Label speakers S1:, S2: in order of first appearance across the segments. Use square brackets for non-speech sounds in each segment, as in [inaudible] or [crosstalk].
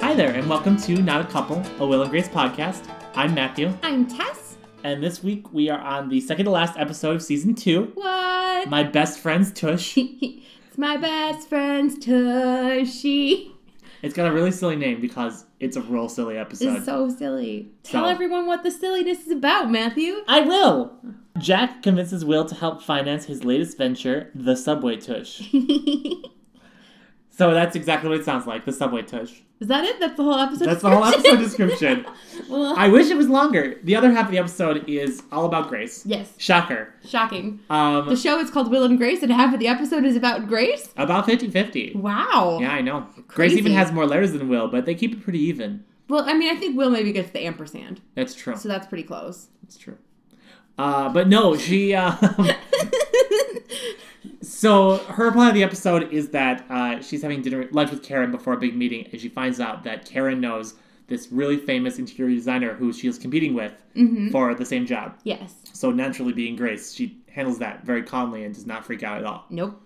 S1: Hi there, and welcome to Not a Couple, a Will and Grace podcast. I'm Matthew,
S2: I'm Tess.
S1: and this week we are on the second to last episode of season two.
S2: What? [laughs]
S1: My best friend's Tush.
S2: it's my best friend's Tushy.
S1: It's got a really silly name because it's a real silly
S2: This
S1: episode.
S2: is so silly.
S1: So-
S2: Tell everyone what the silliness is about, Matthew. [laughs]
S1: I will! Jack convinces Will to help finance his latest venture, the Subway Tush.
S2: is
S1: So that's exactly what it sounds like, the Subway Tush.
S2: that it? That's the whole episode.
S1: That's the whole
S2: [laughs] description?
S1: episode description.
S2: well,
S1: I wish it was longer. The other half of the episode is all about Grace.
S2: yes.
S1: Shocker.
S2: Shocking. The
S1: Um,
S2: show is called Will and Grace, and half of the episode is about Grace.
S1: about 50 50.
S2: Wow.
S1: Yeah, I know. Grace
S2: Crazy.
S1: even has more letters than Will, but they keep it pretty even.
S2: Well, I mean, I think Will maybe gets the ampersand,
S1: That's true.
S2: so that's pretty close. [laughs]
S1: That's true. Uh, but no, she. Uh,
S2: [laughs]
S1: so her plan of the episode is that uh, she's having dinner lunch with Karen before a big meeting, and she finds out that Karen knows this really famous interior designer who she is competing with
S2: hmm
S1: for the same job.
S2: Yes.
S1: So naturally, being Grace, she handles that very calmly and does not freak out at all. [laughs]
S2: Nope.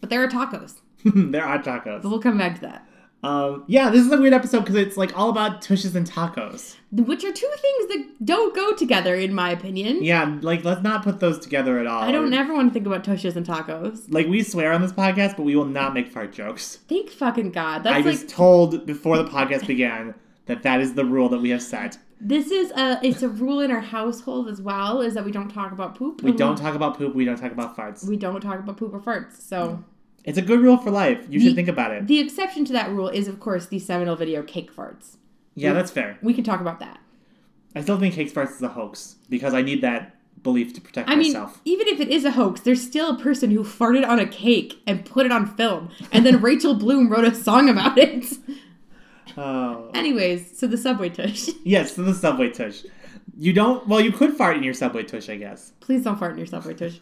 S2: But there are tacos,
S1: there are
S2: but
S1: tacos.
S2: we'll come back to that.
S1: Um, yeah, this is a weird episode because it's like all about tushes and tacos.
S2: Which are two things that don't go together, in my opinion.
S1: Yeah, like let's not put those together at all.
S2: I don't ever want to think about Toshas and tacos.
S1: Like we swear on this podcast, but we will not make fart jokes.
S2: Thank fucking God. That's
S1: I
S2: like
S1: was told before the podcast began that that is the rule that we have set.
S2: this is a it's a rule in our household as well is that we don't talk about poop.
S1: We don't talk about poop. We don't talk about farts.
S2: we don't talk about poop or farts. So
S1: It's a good rule for life. You should
S2: The-
S1: think about it.
S2: the exception to that rule is of course the seminal video cake farts.
S1: Yeah, that's fair.
S2: We can talk about that.
S1: I still think cakes farts is a hoax because I need that belief to protect
S2: I mean,
S1: myself.
S2: even if it is a hoax, there's still a person who farted on a cake and put it on film, and then Rachel Bloom wrote a song about it. [laughs]
S1: Oh.
S2: Anyways, so the subway tush. [laughs]
S1: Yes, so the subway tush. You don't. Well, you could fart in your subway tush, I guess.
S2: Please don't fart in your subway tush.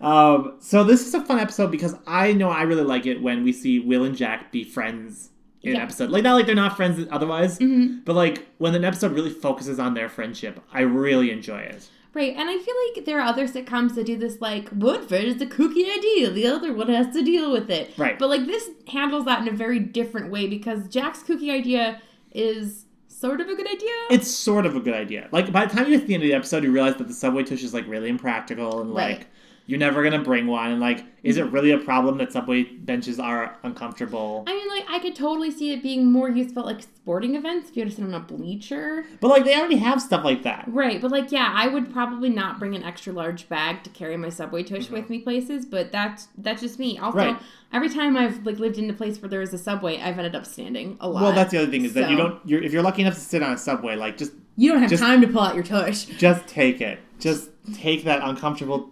S1: Um, so this is a fun episode because I know I really like it when we see Will and Jack be friends in an
S2: Yeah.
S1: episode. Like not like they're not friends otherwise,
S2: Mhm.
S1: but like when an episode really focuses on their friendship, I really enjoy it.
S2: Right, and I feel like there are other sitcoms that do this, like Woodford is the kooky idea, the other one has to deal with it.
S1: Right.
S2: But like this handles that in a very different way because Jack's kooky idea is sort of a good idea.
S1: It's sort of a good idea. Like by the time you get to the end of the episode, you realize that the subway tush is like really impractical and
S2: Right.
S1: like you're never gonna bring one. And like, is it really a problem that subway benches are uncomfortable?
S2: I mean, like I could totally see it being more useful at, like sporting events if you had to sit on a bleacher.
S1: But like they already have stuff like that.
S2: Right, but like yeah, I would probably not bring an extra large bag to carry my subway tush with me places, but that's that's just me. Also,
S1: Mm-hmm. Right.
S2: every time I've like lived in a place where there is a subway, I've ended up standing a lot.
S1: Well, that's the other thing is that you
S2: So-
S1: don't. You're, if you're lucky enough to sit on a subway, like just
S2: you don't have
S1: just-
S2: time to pull out your tush.
S1: Just take it. Just take that uncomfortable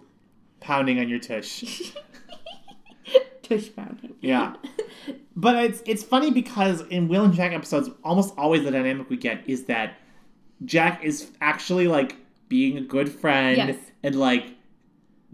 S1: pounding on your tush.
S2: Tush pounding. [laughs]
S1: Yeah. But it's it's funny because in Will and Jack episodes, almost always the dynamic we get is that Jack is actually like being a good friend
S2: Yes.
S1: and like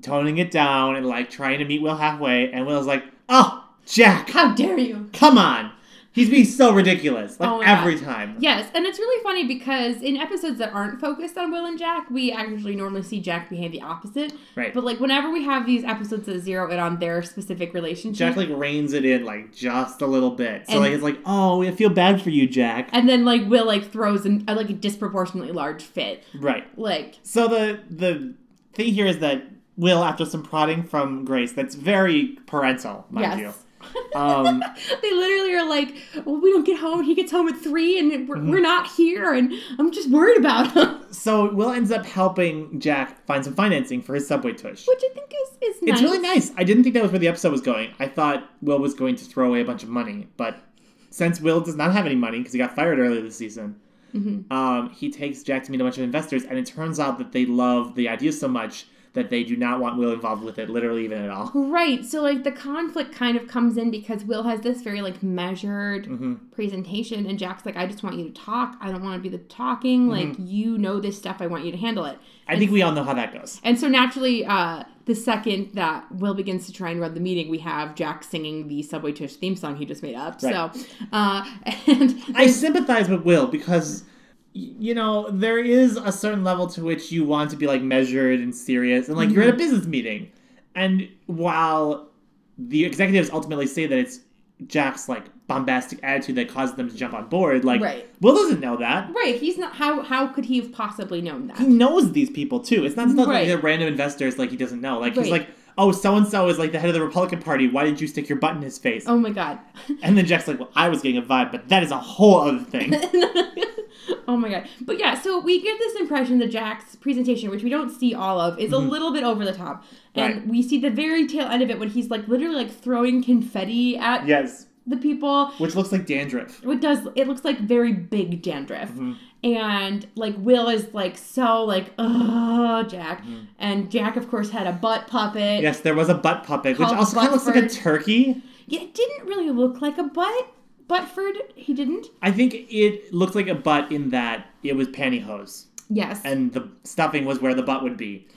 S1: toning it down and like trying to meet Will halfway, and Will's like, "Oh, Jack,
S2: How dare you?
S1: come on." He's being so ridiculous, like
S2: Oh my God.
S1: every time.
S2: Yes, and it's really funny because in episodes that aren't focused on Will and Jack, we actually normally see Jack behave the opposite.
S1: Right.
S2: But like whenever we have these episodes that zero in on their specific relationship,
S1: Jack like reins it in like just a little bit. So
S2: And-
S1: like it's like, "Oh, I feel bad for you, Jack."
S2: and then like Will like throws an, a, like a disproportionately large fit.
S1: right.
S2: Like
S1: So the the thing here is that Will, after some prodding from Grace, that's very parental, mind
S2: yes.
S1: you. Um,
S2: [laughs] They literally are like, well, we don't get home. He gets home at three, and we're,
S1: Mm-hmm.
S2: we're not here, and I'm just worried about him. [laughs]
S1: so Will ends up helping Jack find some financing for his subway tush.
S2: Which I think is is nice.
S1: It's really nice. I didn't think that was where the episode was going. I thought Will was going to throw away a bunch of money, but since Will does not have any money because he got fired earlier this season,
S2: Mhm.
S1: um, he takes Jack to meet a bunch of investors, and it turns out that they love the idea so much that they do not want Will involved with it, literally even at all.
S2: Right. So like the conflict kind of comes in because Will has this very like measured
S1: hmm
S2: presentation and Jack's like I just want you to talk. I don't want to be the
S1: Mm-hmm.
S2: talking. Like you know this stuff. I want you to handle it.
S1: I think we all know how that goes.
S2: And so naturally uh the second that Will begins to try and run the meeting, we have Jack singing the Subway Tush theme song he just made up.
S1: Right.
S2: So uh [laughs] and
S1: I sympathize with Will because y- you know there is a certain level to which you want to be like measured and serious and like
S2: Mm-hmm.
S1: you're at a business meeting and while the executives ultimately say that it's Jack's like bombastic attitude that caused them to jump on board. Like
S2: Right.
S1: Will doesn't know that.
S2: Right. He's not. How how could he have possibly known
S1: He
S2: that?
S1: knows these people too. It's not, it's not
S2: Right.
S1: like they're random investors like he doesn't know. Like he's
S2: Right.
S1: like, oh, so and so is like the head of the Republican Party. Why did you stick your butt in his face?
S2: Oh my god.
S1: And then Jack's like, well, I was getting a vibe, but that is a whole other thing.
S2: [laughs] oh my god. But yeah, so we get this impression that Jack's presentation, which we don't see all of, is a little bit over the top. And
S1: Mm-hmm. Right.
S2: we see the very tail end of it when he's like literally like throwing confetti at
S1: yes,
S2: the people.
S1: which looks like dandruff.
S2: It does it looks like very big dandruff.
S1: Mm-hmm.
S2: And like Will is like so like ugh Jack.
S1: Mm-hmm.
S2: And Jack of course had a butt puppet.
S1: Yes, there was a butt puppet, which
S2: Called
S1: also kind of looks like a
S2: Buttford.
S1: turkey.
S2: Yeah, it didn't really look like a butt. Butford, he didn't.
S1: I think it looked like a butt in that it was pantyhose,
S2: Yes.
S1: and the stuffing was where the butt would be.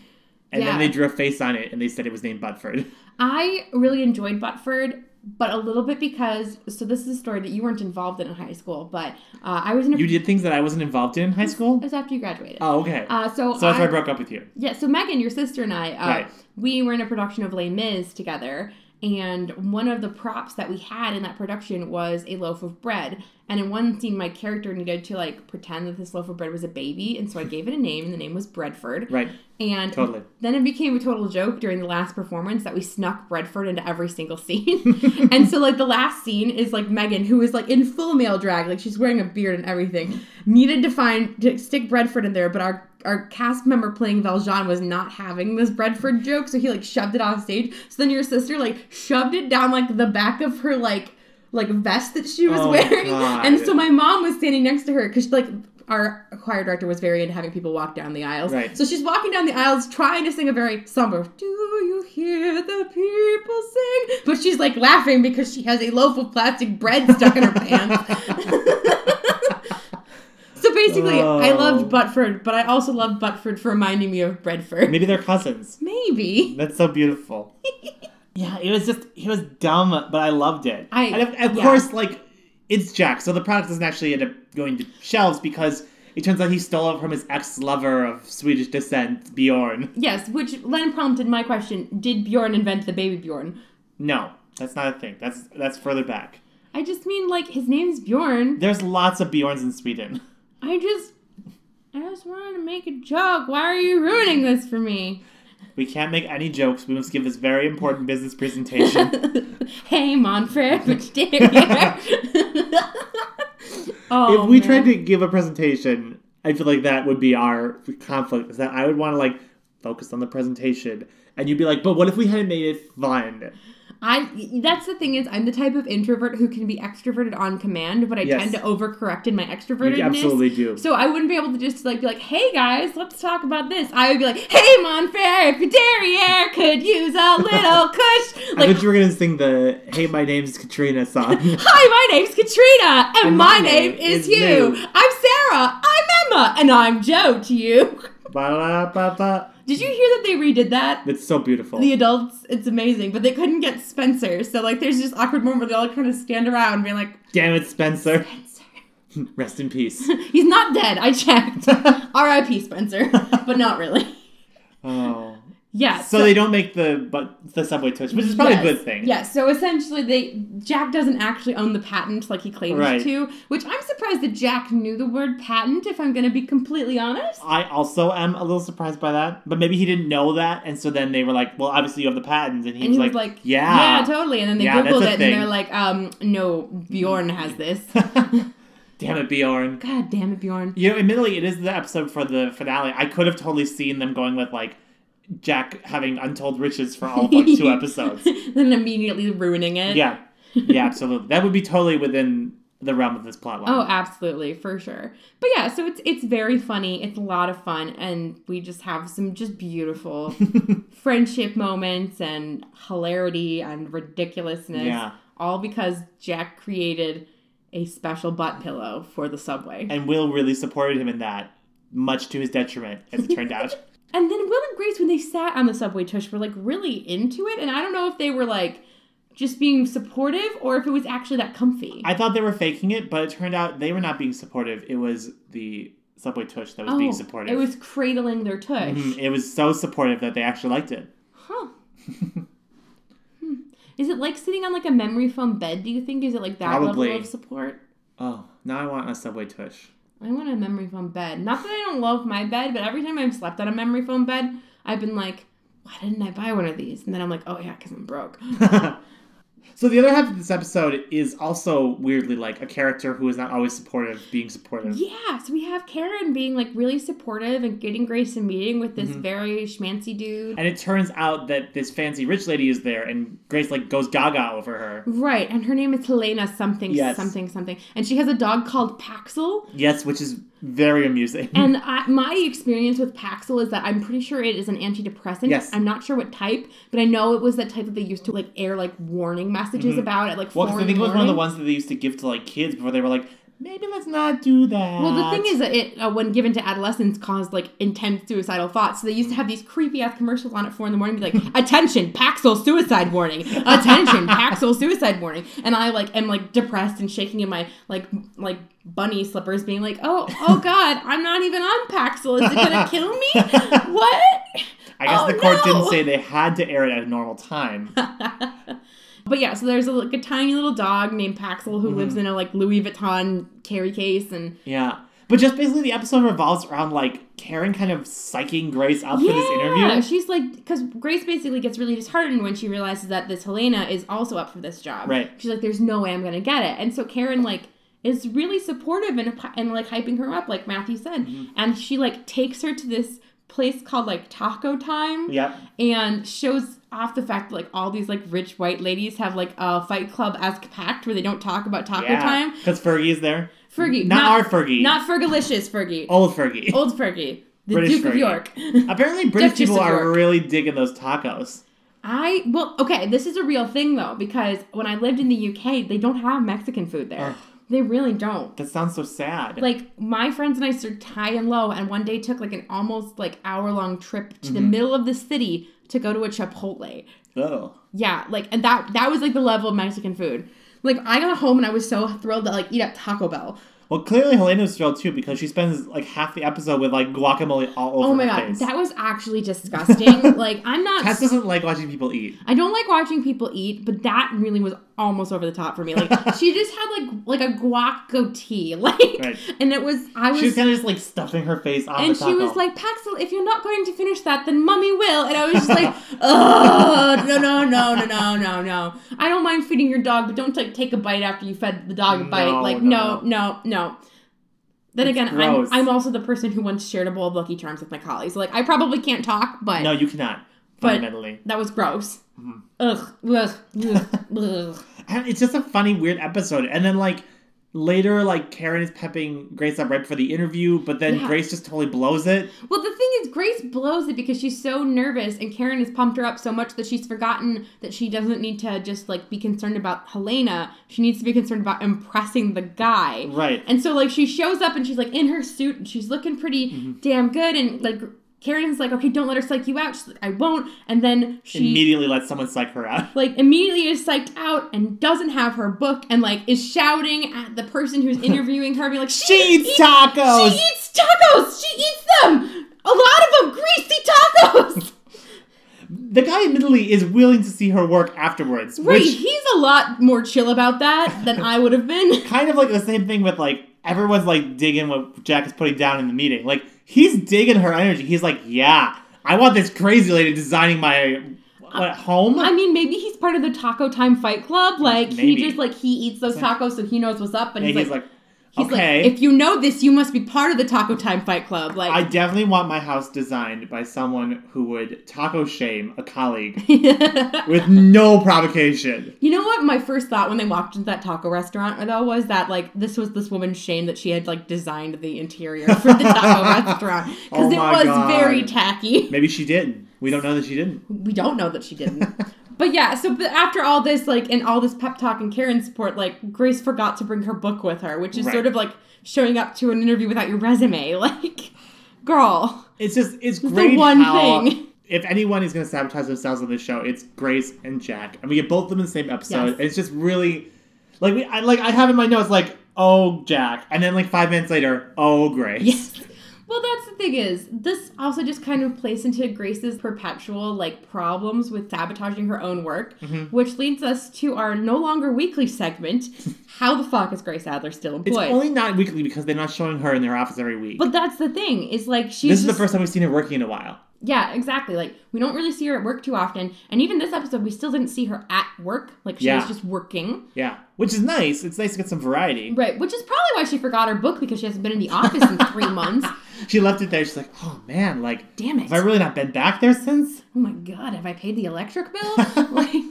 S1: And
S2: Yeah.
S1: then they drew a face on it, and they said it was named Butford. [laughs]
S2: I really enjoyed Butford, but a little bit because so this is a story that you weren't involved in in high school, but uh, I was in a
S1: You did things that I wasn't involved in in high school.
S2: it was after you graduated.
S1: Oh, okay.
S2: Uh, so
S1: so that's why I
S2: I,
S1: broke up with you.
S2: yeah, so Megan, your sister and I, uh,
S1: Right.
S2: we were in a production of Les Mis together, and one of the props that we had in that production was a loaf of bread. And in one scene, my character needed to like pretend that this loaf of bread was a baby, and so I gave it a name, and the name was Breadford.
S1: Right.
S2: And
S1: Totally.
S2: then it became a total joke during the last performance that we snuck Redford into every single scene. [laughs] and so like the last scene is like Megan, who is like in full male drag, like she's wearing a beard and everything, needed to find to stick Redford in there, but our our cast member playing Valjean was not having this Redford joke, so he like shoved it off stage. So then your sister like shoved it down like the back of her like like vest that she was
S1: Oh,
S2: wearing.
S1: God.
S2: And so my mom was standing next to her because like our choir director was very into having people walk down the aisles.
S1: Right.
S2: So she's walking down the aisles trying to sing a very somber, Do you hear the people sing? But she's like laughing because she has a loaf of plastic bread stuck in her pants. [laughs] so basically, I loved
S1: Oh.
S2: Butford, but I also loved Butford for reminding me of Breadford.
S1: Maybe they're cousins.
S2: Maybe.
S1: That's so beautiful. yeah, it was just it was dumb, but I loved it.
S2: I-
S1: and of, of
S2: yeah.
S1: course, like it's Jack, so the product doesn't actually end up going to shelves because it turns out he stole it from his ex-lover of Swedish descent, Bjorn.
S2: Yes, which then prompted my question Did Bjorn invent the baby Bjorn?
S1: No, that's not a thing. That's that's further back.
S2: I just mean, like, his name's Bjorn.
S1: There's lots of Bjorns in Sweden.
S2: I just, I just wanted to make a joke. Why are you ruining this for
S1: [laughs]
S2: me?
S1: We can't make any jokes. We must give this very important business presentation.
S2: hey, Monfred, which dare you?
S1: [laughs]
S2: oh,
S1: if we
S2: man.
S1: tried to give a presentation, I feel like that would be our conflict. Is that I would want to like focus on the presentation, and you'd be like, "But what if we had made it fun?"
S2: I that's the thing is I'm the type of introvert who can be extroverted on command, but I
S1: Yes.
S2: tend to overcorrect in my extrovertedness.
S1: You absolutely do.
S2: So I wouldn't be able to just like be like, "Hey guys, let's talk about this." I would be like, "Hey, Monfair, if your derriere could use a
S1: [laughs]
S2: little cush,"
S1: I
S2: like,
S1: thought you were gonna sing the "Hey, my name's Katrina"
S2: [laughs]
S1: song.
S2: Hi, my name's Katrina, and, my, name, is, you.
S1: Lou.
S2: I'm Sarah, I'm Emma, and I'm Joe to you. [laughs]
S1: Ba-da-ba-ba.
S2: Did you hear that they redid that?
S1: It's so beautiful.
S2: The adults, it's amazing, but they couldn't get Spencer, so like there's this awkward moment where they all kind of stand around and be like,
S1: Damn it, Spencer. [laughs]
S2: Spencer. [laughs]
S1: Rest in peace.
S2: He's not dead,
S1: [laughs]
S2: I checked. R.I.P. Spencer, but not really.
S1: Oh.
S2: Yeah.
S1: So they don't make the but the subway twist, which is probably a
S2: Yes,
S1: good thing.
S2: Yes. So essentially, they Jack doesn't actually own the patent like he claims
S1: Right.
S2: to, which I'm surprised that Jack knew the word patent. If I'm going to be completely honest.
S1: I also am a little surprised by that, but maybe he didn't know that, and so then they were like, "Well, obviously you have the patents," and he,
S2: And he
S1: was,
S2: was like,
S1: "Yeah,
S2: yeah, totally. And then they
S1: Yeah, that's
S2: googled
S1: a
S2: it,
S1: thing.
S2: and they're like, um, no, Bjorn has
S1: [laughs]
S2: this.
S1: Damn it, Bjorn.
S2: God damn it, Bjorn.
S1: You know, admittedly, it is the episode for the finale. I could have totally seen them going with like Jack having untold riches for all of like
S2: [laughs]
S1: two episodes.
S2: then immediately ruining it.
S1: Yeah, yeah, absolutely. That would be totally within the realm of this plot line.
S2: Oh, absolutely, for sure. But yeah, so it's it's very funny. It's a lot of fun, and we just have some
S1: [laughs]
S2: just beautiful friendship moments and hilarity and ridiculousness.
S1: Yeah.
S2: All because Jack created a special butt pillow for the subway.
S1: and Will really supported him in that, much to his detriment, as it turned out.
S2: And then Will and Grace, when they sat on the subway tush, were like really into it. And I don't know if they were like just being supportive or if it was actually that comfy.
S1: I thought they were faking it, but it turned out they were not being supportive. It was the subway tush that was being supportive.
S2: Oh,
S1: Mm-hmm.
S2: It was cradling their tush.
S1: Mm, it was so supportive that they actually liked it.
S2: Huh. Hmm. Is it like sitting on like a memory foam bed? Do you think is it like that
S1: Probably.
S2: level of support?
S1: Oh, now I want a subway tush.
S2: I want a memory foam bed. Not that I don't love my bed, but every time I've slept on a memory foam bed, I've been like, why didn't I buy one of these? And then I'm like, oh yeah, because I'm broke.
S1: [laughs] so the other half of this episode is also weirdly like a character who is not always supportive being supportive.
S2: yeah, so we have Karen being like really supportive and getting Grace a meeting with
S1: Mm-hmm.
S2: this very schmancy dude.
S1: And it turns out that this fancy rich lady is there, and Grace like goes gaga over her.
S2: Right, and her name is Helena something
S1: Yes.
S2: something something, and she has a dog called Paxil.
S1: Yes, which is very amusing. [laughs]
S2: And I, my experience with Paxil is that I'm pretty sure it is an antidepressant.
S1: Yes.
S2: I'm not sure what type, but I know it was that type that they used to like air like warning messages
S1: Mhm.
S2: about it, like
S1: well, 'cause
S2: four
S1: I
S2: in
S1: think it was one of the
S2: morning.
S1: ones that they used to give to like kids before they were like, maybe let's not do that.
S2: Well, the thing is that it, uh, when given to adolescents, caused like intense suicidal thoughts. So they used to have these creepy ass commercials on at four in the morning, be like, "Attention, Paxil suicide warning! Attention, Paxil suicide warning!" And I like am like depressed and shaking in my like m- like bunny slippers, being like, "Oh, oh God, I'm not even on Paxil. Is it gonna kill me? What?"
S1: I guess
S2: oh,
S1: the court didn't
S2: no!
S1: say they had to air it at a normal
S2: [laughs]
S1: time.
S2: But yeah, so there's a, like a tiny little dog named Paxil who lives in a like Louis Vuitton carry case, and
S1: yeah. But just basically, the episode revolves around like Karen kind of psyching Grace up for this interview.
S2: She's like, because Grace basically gets really disheartened when she realizes that this Helena is also up for this job.
S1: Right.
S2: She's like, there's no way I'm going to get it. And so Karen, like, is really supportive and, and like hyping her up, like Matthew said.
S1: Mm-hmm.
S2: And she, like, takes her to this place called, like, Taco Time
S1: Yep.
S2: and shows off the fact that like all these like rich white ladies have like a fight club esque pact where they don't talk about taco
S1: Yeah.
S2: time.
S1: Because Fergie is there.
S2: Fergie,
S1: Not,
S2: not,
S1: our Fergie.
S2: not Fergalicious Fergie,
S1: old Fergie.
S2: old Fergie, the
S1: British
S2: Duke of
S1: Fergie.
S2: York.
S1: [laughs]
S2: [laughs]
S1: Apparently, British
S2: Duchess
S1: people
S2: of
S1: are
S2: York.
S1: really digging those tacos.
S2: I well, okay, this is a real thing though because when I lived in the UK, they don't have Mexican food there.
S1: Ugh.
S2: They really don't.
S1: That sounds so sad.
S2: Like my friends and I searched high and low, and one day took like an almost like hour long trip to
S1: Mm-hmm.
S2: the middle of the city to go to a Chipotle.
S1: oh.
S2: Yeah, like and that that was like the level of Mexican food. Like I got home and I was so thrilled to like eat at Taco Bell.
S1: Well, clearly Helena's thrilled too because she spends like half the episode with like guacamole all over
S2: Oh my
S1: her
S2: god,
S1: face.
S2: that was
S1: [laughs]
S2: actually disgusting. like I'm not
S1: Tess doesn't like watching people eat.
S2: I don't like watching people eat, but that really was almost over the top for
S1: [laughs]
S2: me. Like she just had like like a guac goatee, [laughs] like,
S1: Right.
S2: and it was I was,
S1: She was kind of just like stuffing her face on
S2: and
S1: the
S2: she
S1: taco.
S2: was like, Paxil, if you're not going to finish that, then Mummy will. And I was just like, [laughs] oh no no no no no no no. I don't mind feeding your dog, but don't like take a bite after you fed the dog a
S1: No,
S2: bite. Like
S1: no,
S2: no no no. Then
S1: It's
S2: again,
S1: gross.
S2: I'm, I'm also the person who once shared a bowl of Lucky Charms with my colleagues. Like I probably can't talk, but
S1: "No, Mm-hmm. you cannot."
S2: But-
S1: Fundamentally,
S2: that was gross. Ugh, ugh,
S1: [laughs]
S2: ugh, ugh.
S1: And it's just a funny, weird episode. And then like later, like Karen is pepping Grace up right before the interview, but then
S2: Yeah.
S1: Grace just totally blows it.
S2: Well, the thing is, Grace blows it because she's so nervous, and Karen has pumped her up so much that she's forgotten that she doesn't need to just like be concerned about Helena. She needs to be concerned about impressing the guy.
S1: Right.
S2: And so, like, she shows up and she's like in her suit and she's looking pretty
S1: Mm-hmm.
S2: damn good. And like, Karen's like, okay, don't let her psych you out. She's like, I won't. And then she
S1: Immediately lets someone psych her out.
S2: like immediately is psyched out and doesn't have her book and like is shouting at the
S1: [laughs]
S2: person who's interviewing her, being like, she,
S1: She eats tacos.
S2: She eats tacos. She eats them. A lot of them greasy tacos.
S1: the guy admittedly is willing to see her work afterwards,
S2: [laughs] Wait,
S1: which
S2: he's a lot more chill about that than I would have [laughs] been.
S1: kind of like the same thing with like everyone's like digging what Jack is putting down in the meeting. Like he's digging her energy. He's like, yeah, I want this crazy lady designing my what, home.
S2: I mean, maybe he's part of the Taco Time Fight Club. Like he
S1: Maybe.
S2: just like he eats those tacos, so he knows what's up. And
S1: and
S2: he's,
S1: he's
S2: like,
S1: like,
S2: he's
S1: okay,
S2: like, if you know this, you must be part of the Taco Time Fight Club. Like
S1: I definitely want my house designed by someone who would taco shame a colleague with no provocation.
S2: [laughs] You know what my first thought when they walked into that taco restaurant though was that like this was this woman's shame that she had like designed the interior
S1: [laughs]
S2: for the taco restaurant because
S1: Oh
S2: it
S1: my
S2: was
S1: God.
S2: very tacky.
S1: Maybe she did. We don't know that she didn't.
S2: We don't know that she didn't. But yeah, so but after all this, like, and all this pep talk and Karen support, like, Grace forgot to bring her book with her, which is
S1: Right.
S2: sort of like showing up to an interview without your resume. [laughs] Like, girl.
S1: It's just it's
S2: the
S1: great
S2: one
S1: how
S2: thing.
S1: if anyone is going to sabotage themselves on this show, it's Grace and Jack, and we get both of them in the same episode.
S2: Yes.
S1: And it's just really like we I, like I have in my notes like oh Jack, and then like five minutes later oh Grace.
S2: Yes. Well, that's the thing is, this also just kind of plays into Grace's perpetual like problems with sabotaging her own work,
S1: Mhm.
S2: which leads us to our no longer
S1: [laughs]
S2: weekly segment. How the fuck is Grace Adler still
S1: It's
S2: employed?
S1: only not weekly because they're not showing her in their office every week.
S2: but that's the thing is like she's
S1: this is the
S2: just-
S1: first time we've seen her working in a while.
S2: yeah exactly like we don't really see her at work too often, and even this episode we still didn't see her at work like she
S1: Yeah.
S2: was just working
S1: Yeah, which is nice. It's nice to get some variety.
S2: right, which is probably why she forgot her book because she hasn't been in the office in
S1: [laughs]
S2: three months.
S1: She left it there. She's like, oh man, like,
S2: Damn it!
S1: have I really not been back there since?
S2: oh my god, have I paid the electric bill? [laughs] like,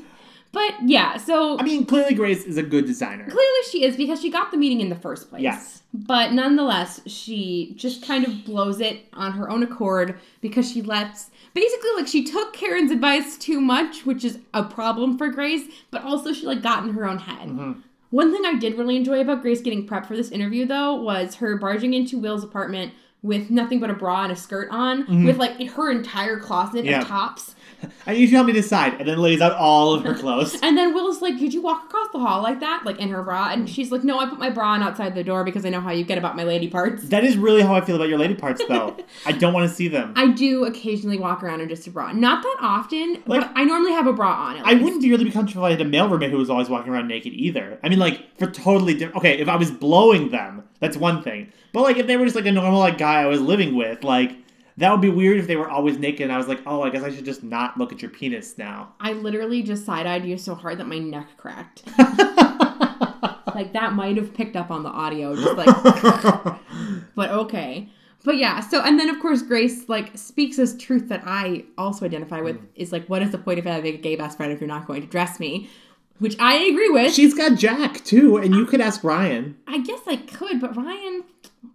S2: but yeah, so
S1: I mean, clearly Grace is a good designer.
S2: clearly she is because she got the meeting in the first place.
S1: Yes.
S2: But nonetheless, she just kind of blows it on her own accord because she lets basically like she took Karen's advice too much, which is a problem for Grace, but also she like got in her own head.
S1: Mhm.
S2: One thing I did really enjoy about Grace getting prepped for this interview though was her barging into Will's apartment with nothing but a bra and a skirt on, with like her entire closet
S1: Mm-hmm. Yeah.
S2: of tops.
S1: I need you to help me decide, and then lays out all
S2: [laughs]
S1: of her clothes.
S2: And then Will's like, Did you walk across the hall like that? Like in her bra? And she's like, No, I put my bra on outside the door because I know how you get about my lady parts.
S1: that is really how I feel about your lady parts, though. [laughs] I don't want to see them. I,
S2: I do occasionally walk around in just a bra. Not that often,
S1: Like-
S2: but I normally have a bra on. at least.
S1: wouldn't really be comfortable if I had a male roommate who was always walking around naked either. I mean, like for totally different. Okay, if I was blowing them, that's one thing. But like if they were just like a normal like guy I was living with, like that would be weird if they were always naked. And I was like, oh, I guess I should just not look at your penis now.
S2: I literally just side eyed you so hard that my neck cracked. like that might have picked up on the audio, just like, but okay. But yeah, so and then of course Grace like speaks this truth that I also identify with is like, what is the point of having a gay best friend if you're not going to dress me? Which I agree with.
S1: [laughs] She's got Jack too, and you could ask Ryan.
S2: I guess I could, but Ryan,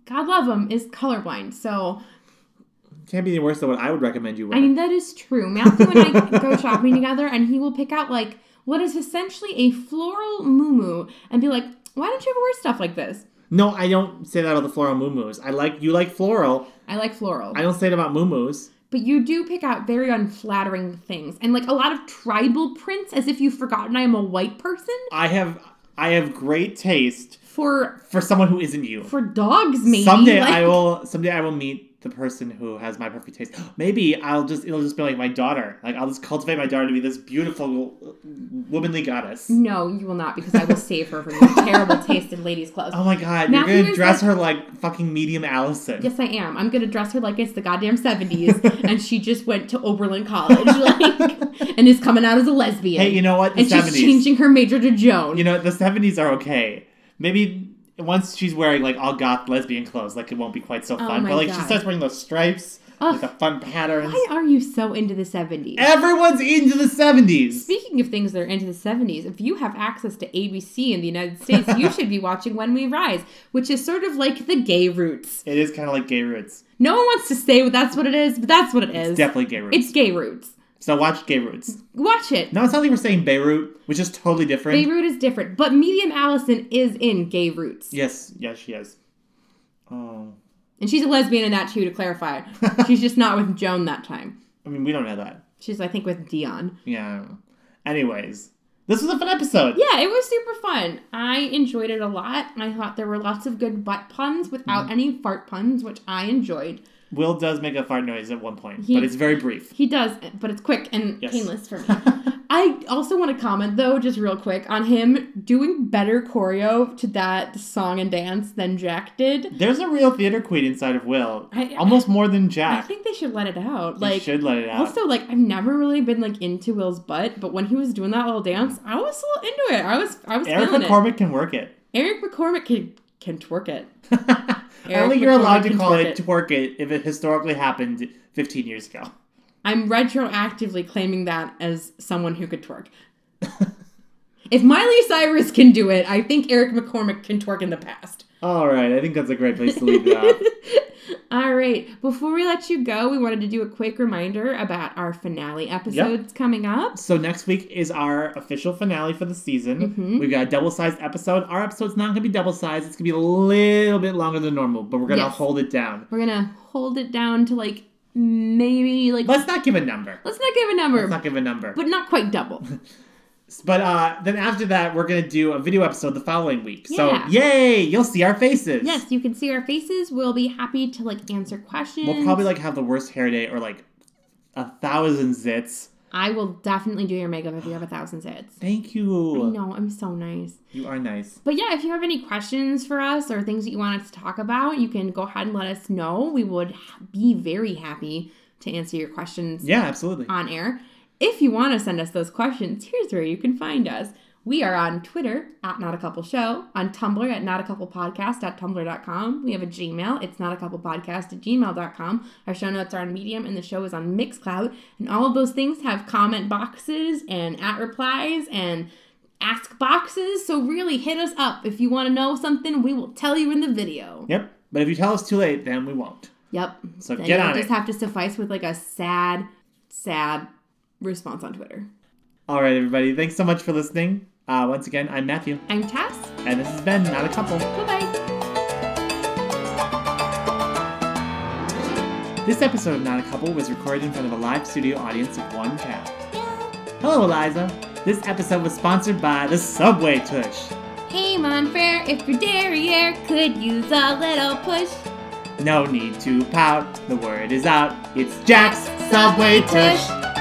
S2: God love him, is colorblind. So,
S1: Can't be any worse than what I would recommend you wear.
S2: I mean, that is true. Matthew
S1: [laughs]
S2: and I go shopping together, and he will pick out, like, what is essentially a floral muumuu and be like, why don't you ever wear stuff like this?
S1: no, I don't say that about the floral muumuus. I like you like floral.
S2: I like floral.
S1: I don't say it about muumuus.
S2: but you do pick out very unflattering things and, like, a lot of tribal prints as if you've forgotten I am a white person
S1: I have I have great taste
S2: for
S1: for someone who isn't you.
S2: for dogs, maybe.
S1: someday
S2: like,
S1: I will someday I will meet the person who has my perfect taste. Maybe I'll just it'll just be like my daughter. Like I'll just cultivate my daughter to be this beautiful womanly goddess.
S2: No, you will not because I will save her from
S1: [laughs]
S2: your terrible taste in ladies' clothes.
S1: Oh my god,
S2: Matthew
S1: you're gonna
S2: is
S1: dress her like fucking medium Allison.
S2: Yes, I am. I'm gonna dress her like it's the goddamn seventies, [laughs] and she just went to Oberlin College, [laughs] like, and is coming out as a lesbian.
S1: Hey, you know what? The
S2: and she's
S1: 70s.
S2: changing her major to Joan.
S1: You know, the seventies are okay. Maybe once she's wearing like all goth lesbian clothes, like it won't be quite so fun.
S2: Oh my
S1: but like she
S2: God.
S1: starts wearing those stripes,
S2: Ugh.
S1: like the fun patterns.
S2: Why are you so into the seventies?
S1: Eh. Everyone's into the seventies.
S2: Speaking of things that are into the seventies, if you have access to ABC in the United States,
S1: [laughs]
S2: you should be watching When We Rise, which is sort of like the gay roots.
S1: It is kind of like gay roots.
S2: No one wants to say that's what it is, but that's what it is.
S1: It's definitely gay roots.
S2: It's gay roots.
S1: so watch gay roots.
S2: Watch it.
S1: No, it's not like we're saying Beirut, which is totally different.
S2: Beirut is different, but Medium Allison is in gay roots.
S1: Yes, yes, she is. Oh,
S2: And she's a lesbian in that too, to clarify.
S1: [laughs]
S2: She's just not with Joan that time.
S1: I mean, we don't know that.
S2: She's, I think, with Dion.
S1: Yeah. I don't know. Anyways, this was a fun episode.
S2: Yeah, it was super fun. I enjoyed it a lot. I thought there were lots of good butt puns without
S1: Mm-hmm.
S2: any fart puns, which I enjoyed.
S1: Will does make a fart noise at one point,
S2: He-
S1: but it's very brief. [laughs]
S2: He does, but it's quick and
S1: Yes.
S2: painless for me.
S1: [laughs]
S2: I also want to comment, though, just real quick, on him doing better choreo to that song and dance than Jack did.
S1: There's a real theater queen inside of Will,
S2: I-
S1: almost more than
S2: I
S1: Jack.
S2: think they should let it out.
S1: They
S2: Like,
S1: should let it out.
S2: Also, like I've never really been like into Will's butt, but when he was doing that little dance, I was a little into it. I was I was
S1: Eric
S2: feeling
S1: McCormick can work it. [laughs]
S2: it. Eric McCormick can can twerk it.
S1: I don't
S2: Eric
S1: think you're allowed
S2: McCormick
S1: to
S2: can
S1: call
S2: twerk
S1: it twerk it if it historically happened 15 years ago.
S2: I'm retroactively claiming that as someone who could [laughs] twerk. if Miley Cyrus can do it, I think Eric McCormick can twerk in the past.
S1: All right, I think that's a great place to leave it off.
S2: [laughs] All right. Before we let you go, we wanted to do a quick reminder about our finale episodes coming up.
S1: So next week is our official finale for the season.
S2: Mhm.
S1: We've got a double-sized episode. Our episode's not gonna be double-sized. It's gonna be a little bit longer than normal, but we're gonna
S2: Yes.
S1: hold it down.
S2: We're gonna hold it down to like maybe like
S1: Let's not give a number.
S2: let's not give a number,
S1: Let's not give a number.
S2: but not quite double.
S1: But uh, then after that, we're gonna do a video episode the following week. So
S2: Yeah.
S1: yay, you'll see our faces.
S2: Yes, you can see our faces. We'll be happy to like answer questions.
S1: We'll probably like have the worst hair day or like a thousand zits.
S2: I will definitely do your makeup if you have a thousand hits.
S1: Thank
S2: I
S1: you.
S2: know, I'm so nice.
S1: You are nice.
S2: But yeah, if you have any questions for us or things that you want us to talk about, you can go ahead and let us know. We would h- be very happy to answer your questions
S1: Yeah, absolutely.
S2: on air. If you want to send us those questions, here's where you can find us. We are on Twitter at Not a Couple Show, on Tumblr at Not a Couple Podcast at Tumblr.com. We have a Gmail, it's Not a Couple Podcast at Gmail.com. Our show notes are on Medium and the show is on Mixcloud. And all of those things have comment boxes and at replies and ask boxes. So really hit us up. If you want to know something, we will tell you in the video.
S1: Yep. But if you tell us too late, then we won't.
S2: Yep.
S1: So
S2: Then
S1: get
S2: you'll
S1: on
S2: just
S1: it.
S2: have to suffice with like a sad, sad response on Twitter.
S1: All right, everybody. Thanks so much for listening. Uh, once again, I'm Matthew,
S2: I'm Tess.
S1: and this has been Not a Couple.
S2: Bye bye.
S1: This episode of Not a Couple was recorded in front of a live studio audience of one cat. Hello, Eliza. This episode was sponsored by the Subway Tush.
S2: Hey, Monfair, if your derriere could use a little push.
S1: No need to pout, the word is out. It's Jack's Subway Tush.